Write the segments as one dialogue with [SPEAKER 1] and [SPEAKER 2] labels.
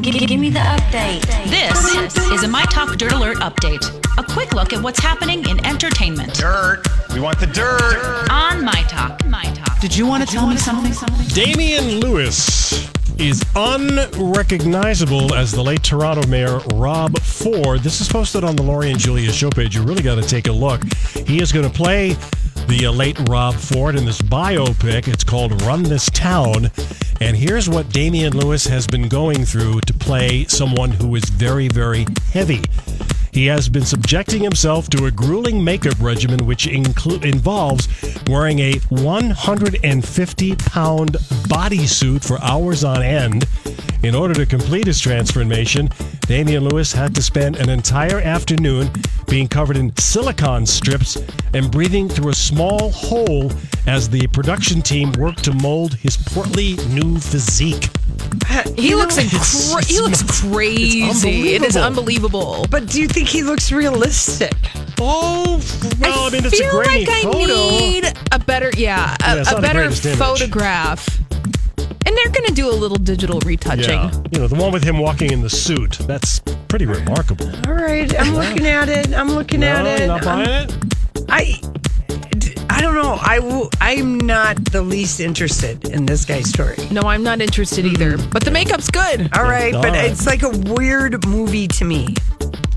[SPEAKER 1] Give, give me the update.
[SPEAKER 2] This is a My Talk Dirt Alert update. A quick look at what's happening in entertainment
[SPEAKER 3] Dirt. We want the dirt.
[SPEAKER 2] on My Talk. My Talk.
[SPEAKER 4] Did you want to tell me something?
[SPEAKER 5] Damian Lewis is unrecognizable as the late Toronto Mayor Rob Ford. This is posted on the Laurie and Julia show page. You really got to take a look. He is going to play the uh, late Rob Ford in this biopic. It's called Run This Town. And here's what Damian Lewis has been going through to play someone who is very, very heavy. He has been subjecting himself to a grueling makeup regimen, which inclu- involves wearing a 150 pound bodysuit for hours on end. In order to complete his transformation, Damian Lewis had to spend an entire afternoon being covered in silicone strips and breathing through a small hole as the production team worked to mold his portly new physique.
[SPEAKER 6] He looks
[SPEAKER 5] it's-
[SPEAKER 6] incre- he looks crazy. It is unbelievable.
[SPEAKER 7] But do you think he looks realistic?
[SPEAKER 5] Oh, well, I, mean, it's a
[SPEAKER 6] feel
[SPEAKER 5] grainy
[SPEAKER 6] like I
[SPEAKER 5] photo.
[SPEAKER 6] need a better yeah,
[SPEAKER 5] Yeah,
[SPEAKER 6] a,
[SPEAKER 5] it's
[SPEAKER 6] a
[SPEAKER 5] not the
[SPEAKER 6] better
[SPEAKER 5] greatest image.
[SPEAKER 6] photograph. And they're going to do a little digital retouching.
[SPEAKER 5] You know, the one with him walking in the suit. That's pretty remarkable.
[SPEAKER 7] All right, I'm looking at it. I'm looking at
[SPEAKER 5] No,
[SPEAKER 7] it.
[SPEAKER 5] you're not
[SPEAKER 7] I'm-
[SPEAKER 5] buying it?
[SPEAKER 7] I d- I don't know. I w- I'm not the least interested in this guy's story.
[SPEAKER 6] No, I'm not interested
[SPEAKER 5] Hmm.
[SPEAKER 6] either. But the makeup's good.
[SPEAKER 7] All right,
[SPEAKER 5] all
[SPEAKER 7] but
[SPEAKER 5] right.
[SPEAKER 7] it's like a weird movie to me.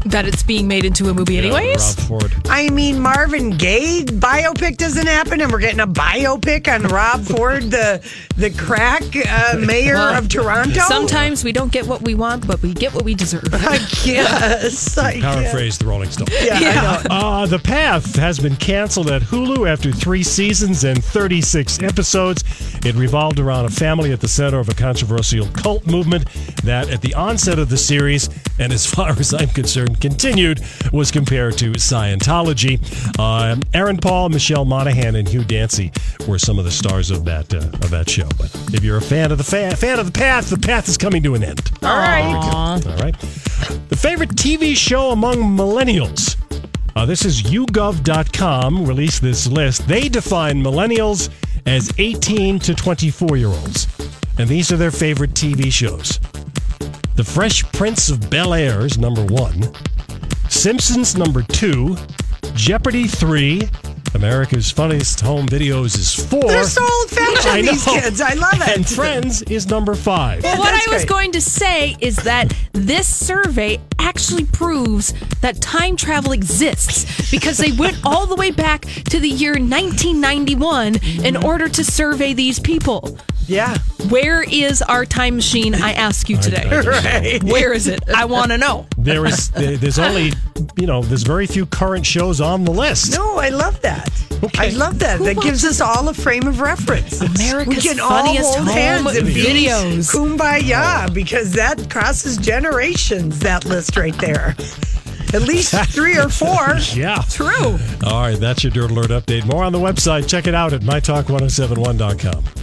[SPEAKER 6] That it's being made into a movie anyways.
[SPEAKER 5] Rob Ford.
[SPEAKER 7] I mean, Marvin Gaye biopic doesn't happen, and we're getting a biopic on Rob Ford, the the crack uh, mayor
[SPEAKER 6] Well,
[SPEAKER 7] of Toronto.
[SPEAKER 6] Sometimes we don't get what we want, but we get what we deserve.
[SPEAKER 7] I guess. I guess.
[SPEAKER 5] Paraphrase the Rolling Stones.
[SPEAKER 7] Yeah, I know.
[SPEAKER 5] Uh, the Path has been canceled at Hulu after three seasons and 36 episodes. It revolved around a family at the center of a controversial cult movement that, at the onset of the series, and as far as I'm concerned, continued, was compared to Scientology. Um Aaron Paul, Michelle Monaghan, and Hugh Dancy were some of the stars of that uh, of that show. But if you're a fan of the fa- fan of the Path, the Path is coming to an end.
[SPEAKER 7] All right.
[SPEAKER 5] All right. The favorite TV show among millennials. Uh, this is YouGov.com released this list. They define millennials as 18 to 24 year olds, and these are their favorite TV shows: The Fresh Prince of Bel Air is number one, Simpsons number two, Jeopardy three, America's Funniest Home Videos is four.
[SPEAKER 7] They're so old
[SPEAKER 5] I
[SPEAKER 7] fashioned,
[SPEAKER 5] know.
[SPEAKER 7] these kids. I love it.
[SPEAKER 5] And Friends is number five.
[SPEAKER 6] But what
[SPEAKER 7] That's
[SPEAKER 6] I was
[SPEAKER 7] great.
[SPEAKER 6] going to say is that this survey actually proves that time travel exists because they went all the way back to the year 1991 in order to survey these people.
[SPEAKER 7] Yeah.
[SPEAKER 6] Where is our time machine? I ask you
[SPEAKER 5] I don't
[SPEAKER 6] today.
[SPEAKER 5] know.
[SPEAKER 6] Where is it? I want to know.
[SPEAKER 5] there is there- there's only you know there's very few current shows on the list.
[SPEAKER 7] No, I love that. I love that. that gives us all a frame of reference.
[SPEAKER 6] America's
[SPEAKER 7] we can
[SPEAKER 6] funniest
[SPEAKER 7] all
[SPEAKER 6] home
[SPEAKER 7] hold hands and be
[SPEAKER 6] videos.
[SPEAKER 7] Kumbaya, because that crosses generations. That list right there. At least three or four.
[SPEAKER 5] Yeah.
[SPEAKER 7] True.
[SPEAKER 5] oh All right, that's your Dirt Alert update. More on the website. Check it out at mytalk1071.com.